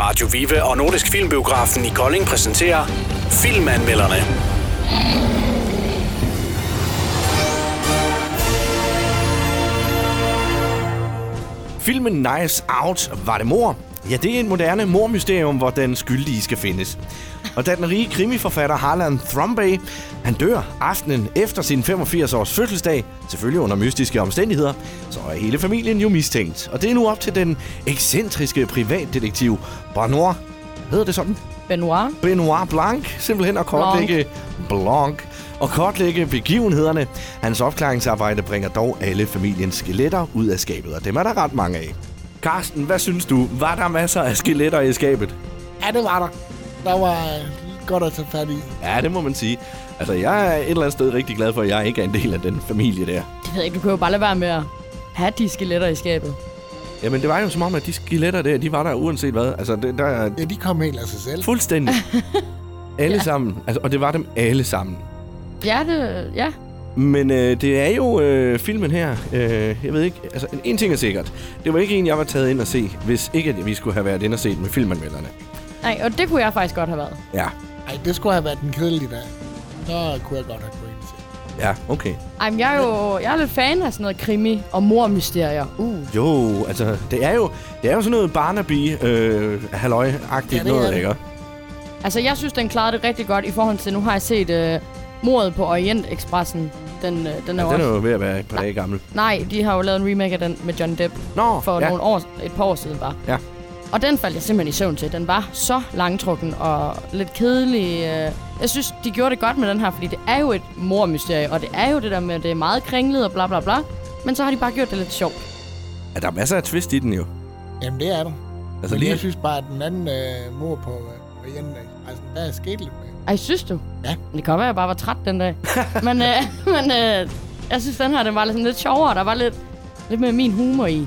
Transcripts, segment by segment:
Radio Vive og Nordisk Filmbiografen i Kolding præsenterer Filmanmelderne. Filmen Knives Out var det mor. Ja, det er en moderne mormysterium, hvor den skyldige skal findes. Og da den rige krimiforfatter Harlan Thrombey, han dør aftenen efter sin 85-års fødselsdag, selvfølgelig under mystiske omstændigheder, så er hele familien jo mistænkt. Og det er nu op til den ekscentriske privatdetektiv Benoit, hedder det sådan? Benoit. Benoit Blanc simpelthen at kortlægge Blanc og kortlægge begivenhederne. Hans opklaringsarbejde bringer dog alle familiens skeletter ud af skabet, og dem er der ret mange af. Karsten, hvad synes du? Var der masser af skeletter i skabet? Ja, det var der. Der var øh, godt at tage fat i. Ja, det må man sige. Altså, jeg er et eller andet sted rigtig glad for, at jeg ikke er en del af den familie der. Det ved jeg ikke, du kan jo bare lade være med at have de skeletter i skabet. Jamen, det var jo som om, at de skeletter der, de var der uanset hvad. Altså, det, der er Ja, de kom helt af sig selv. fuldstændig alle ja. sammen. Altså, og det var dem alle sammen. Ja, det, ja. Men øh, det er jo øh, filmen her, øh, jeg ved ikke, altså en- en ting er sikkert. Det var ikke en, jeg var taget ind og se, hvis ikke at vi skulle have været ind og set med filmanmelderne. Nej, og det kunne jeg faktisk godt have været. Ja, Ej, det skulle have været den kedelige dag. Der kunne jeg godt have gået ind til. ja, okay. Ej, men jeg er jo jeg er lidt fan af sådan noget krimi og mormysterier. Uh, Jo, altså, det er jo, det er jo sådan noget Barnaby, øh, halløj-agtigt Ja, ja, det er noget, det. ikke? altså jeg synes, den klarede det rigtig godt i forhold til, nu har jeg set øh, mordet på Orient Expressen. Den, øh, den er Ja, jo den er også... jo ved at være et par dage gammel. Nej, de har jo lavet en remake af den med John Depp Nå, for ja. nogle år, et par år siden bare. Ja. Og den faldt jeg simpelthen i søvn til. Den var så langtrukken og lidt kedelig. øh. Jeg synes, de gjorde det godt med den her, fordi det er jo et mormysterie, og det er jo det der med, at det er meget kringlet og bla bla bla. Men så har de bare gjort det lidt sjovt. Ja, der er masser af twist i den jo. Jamen, det er der. Altså Men lige... lige, jeg synes bare, at den anden øh, mor på øh, Orienten, øh, altså, der er sket lidt med. Ej, synes du? Ja. Det kan være, at jeg bare var træt den dag. men øh, men øh, jeg synes, den her den var lidt, sådan lidt sjovere. Der var lidt, lidt mere min humor i.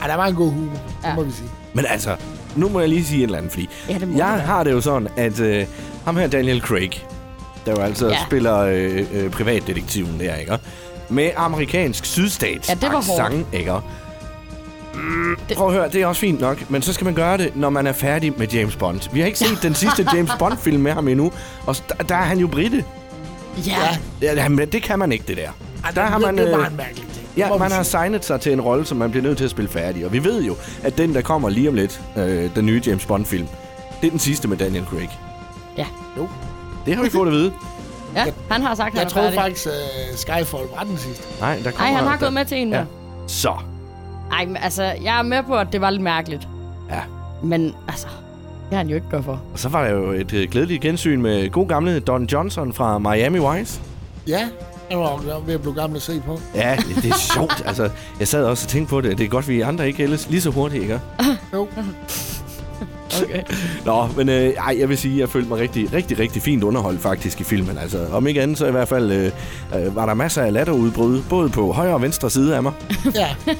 Ej, der var en god humor, Ja. ja. det må vi sige. men altså, nu må jeg lige sige et eller andet, fordi Ja, det må du da. jeg har det jo sådan, at øh, ham her Daniel Craig, der jo altså Ja. ja. spiller øh, øh, privatdetektiven der, ikke? Med amerikansk sydstats Ja, det var hårdt. accent, ikke? Mm, Prøv at høre, det er også fint nok, men så skal man gøre det, når man er færdig med James Bond. Vi har ikke set den sidste James Bond-film med ham endnu, og s- der, der er han jo brite. Ja. Ja, det- men det kan man ikke, det der. Der har man... det, det var Øh, en mærkelig ting. det ja, må vi man har sige. signet sig til en rolle, som man bliver nødt til at spille færdig. Og vi ved jo, at den, der kommer lige om lidt, øh, den nye James Bond-film, det er den sidste med Daniel Craig. Ja. Jo. Det har vi fået at vide. ja. han har sagt, at Jeg han er troede færdig. faktisk, øh, Skyfall var den sidste. Nej, der kommer... Ej, han har der... gået med til en Ja. ja. Så. Ej, men altså, jeg er med på, at det var lidt mærkeligt. Ja. Men altså, det har han jo ikke gjort for. Og så var der jo et øh, glædeligt gensyn med god gamle Don Johnson fra Miami Vice. Ja, jeg var jeg var ved at blive gammel at se på. Ja, det er sjovt. altså, jeg sad også og tænkte på det. Det er godt, vi andre ikke ældes lige så hurtigt, ikke? Jo. Okay. Nå, men øh, ej, jeg vil sige, jeg følte mig rigtig, rigtig, rigtig fint underholdt faktisk i filmen. Altså, om ikke andet, så i hvert fald øh, øh, var der masser af latterudbrud, både på højre og venstre side af mig. Ja,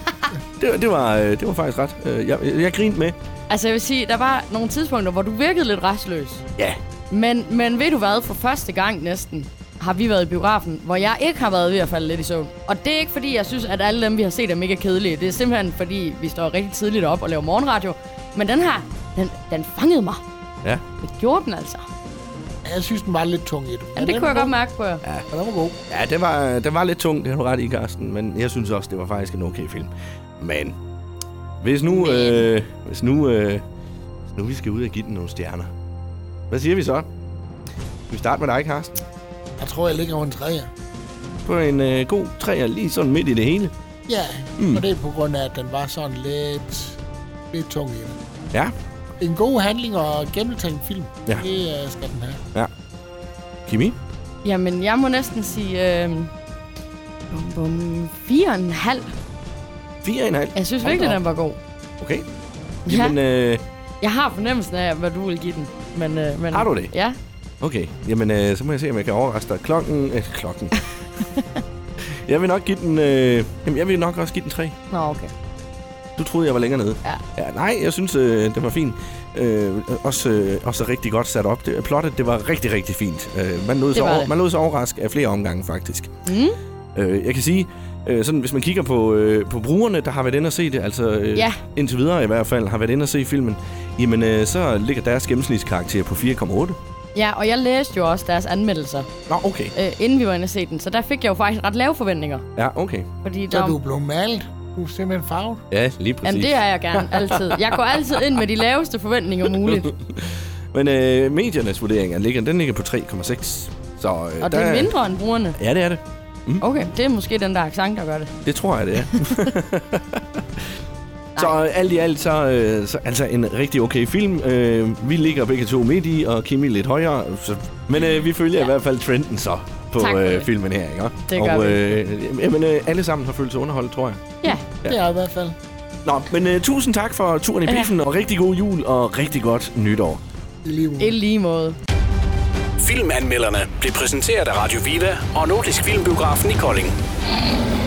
Det, det, var, øh, det var faktisk ret. Øh, jeg, jeg grinte med. altså, jeg vil sige, der var nogle tidspunkter, hvor du virkede lidt restløs. Ja. Men, men ved du hvad, for første gang næsten har vi været i biografen, hvor jeg ikke har været ved at falde lidt i søvn. Og det er ikke fordi, jeg synes, at alle dem, vi har set, er mega kedelige. Det er simpelthen fordi, vi står rigtig tidligt op og laver morgenradio. Men den her, den, den fangede mig. Ja. Det gjorde den altså. jeg synes, den var lidt tung i den. Ja, det den kunne jeg var godt mærke på jer. god. Ja, den var god. Ja, det var, det var lidt tungt, det har du ret i, Karsten, men jeg synes også, det var faktisk en okay film. Men hvis nu, Men. Øh, hvis nu, øh, hvis nu vi skal ud og give den nogle stjerner, hvad siger vi så? Skal vi starte med dig, Karsten? Jeg tror, jeg ligger over en træer. På en øh, god træer, lige sådan midt i det hele. Ja, mm. og det er på grund af, at den var sådan lidt, lidt tung i den. Ja, En god handling og gennemtænkt film, Ja. ja. det øh, skal den have. Kimi? Jamen, jeg må næsten sige... Øh, bum, bum, fire og en halv. 4,5. Jeg synes virkelig, da op. den var god. Okay. Ja. Jamen, øh, Jeg har fornemmelsen af, hvad du vil give den. Men, øh, men, Har du det? Ja. okay. Jamen, øh, så må jeg se, om jeg kan overraske dig. Klokken... Øh, klokken. jeg vil nok give den... Øh, jamen, jeg vil nok også give den 3. Nå, okay. Du troede, jeg var længere nede. Ja. ja nej, jeg synes, øh, det var fint. Øh, også, øh, også rigtig godt sat op. Det, plottet, det var rigtig, rigtig fint. Øh, man, lod sig var over, det. man lod sig overraske af flere omgange, faktisk. Mm. Øh, jeg kan sige, Øh, sådan, hvis man kigger på, øh, på brugerne, der har været inde og se det, altså øh, Ja. indtil videre i hvert fald, har været inde og se filmen, jamen øh, så ligger deres gennemsnitskarakter på 4,8. Ja, og jeg læste jo også deres anmeldelser, Nå, okay. øh, inden vi var inde og se den, så der fik jeg jo faktisk ret lave forventninger. Ja, okay. Fordi der, Så du er blevet malet. Du er simpelthen farvet. Ja, lige præcis. Jamen, det er jeg gerne altid. Jeg går altid ind med de laveste forventninger muligt. Men øh, mediernes vurdering, er, ligger, den ligger på 3,6. Så, øh, Og det er mindre end brugerne. Ja, Mm. det er det. Okay, det er måske den der accent, der gør det. Det tror jeg, det er. så øh, alt i alt, så, øh, så altså en rigtig okay film. Øh, vi ligger begge to midt i, og Kimi lidt højere. Så. Men øh, vi følger ja. i hvert fald trenden så på Tak for øh, det. filmen her, ikke? Det gør og, vi. øh, jamen, øh, alle sammen har følt sig underholdt, tror jeg. Ja, Ja. Det er jeg i hvert fald. Nå, men øh, tusind tak for turen i Ja. biffen, og rigtig god jul, og rigtig godt nytår. I livet. i lige måde. Filmanmelderne blev præsenteret af Radio Vive og Nordisk Filmbiografen i Kolding.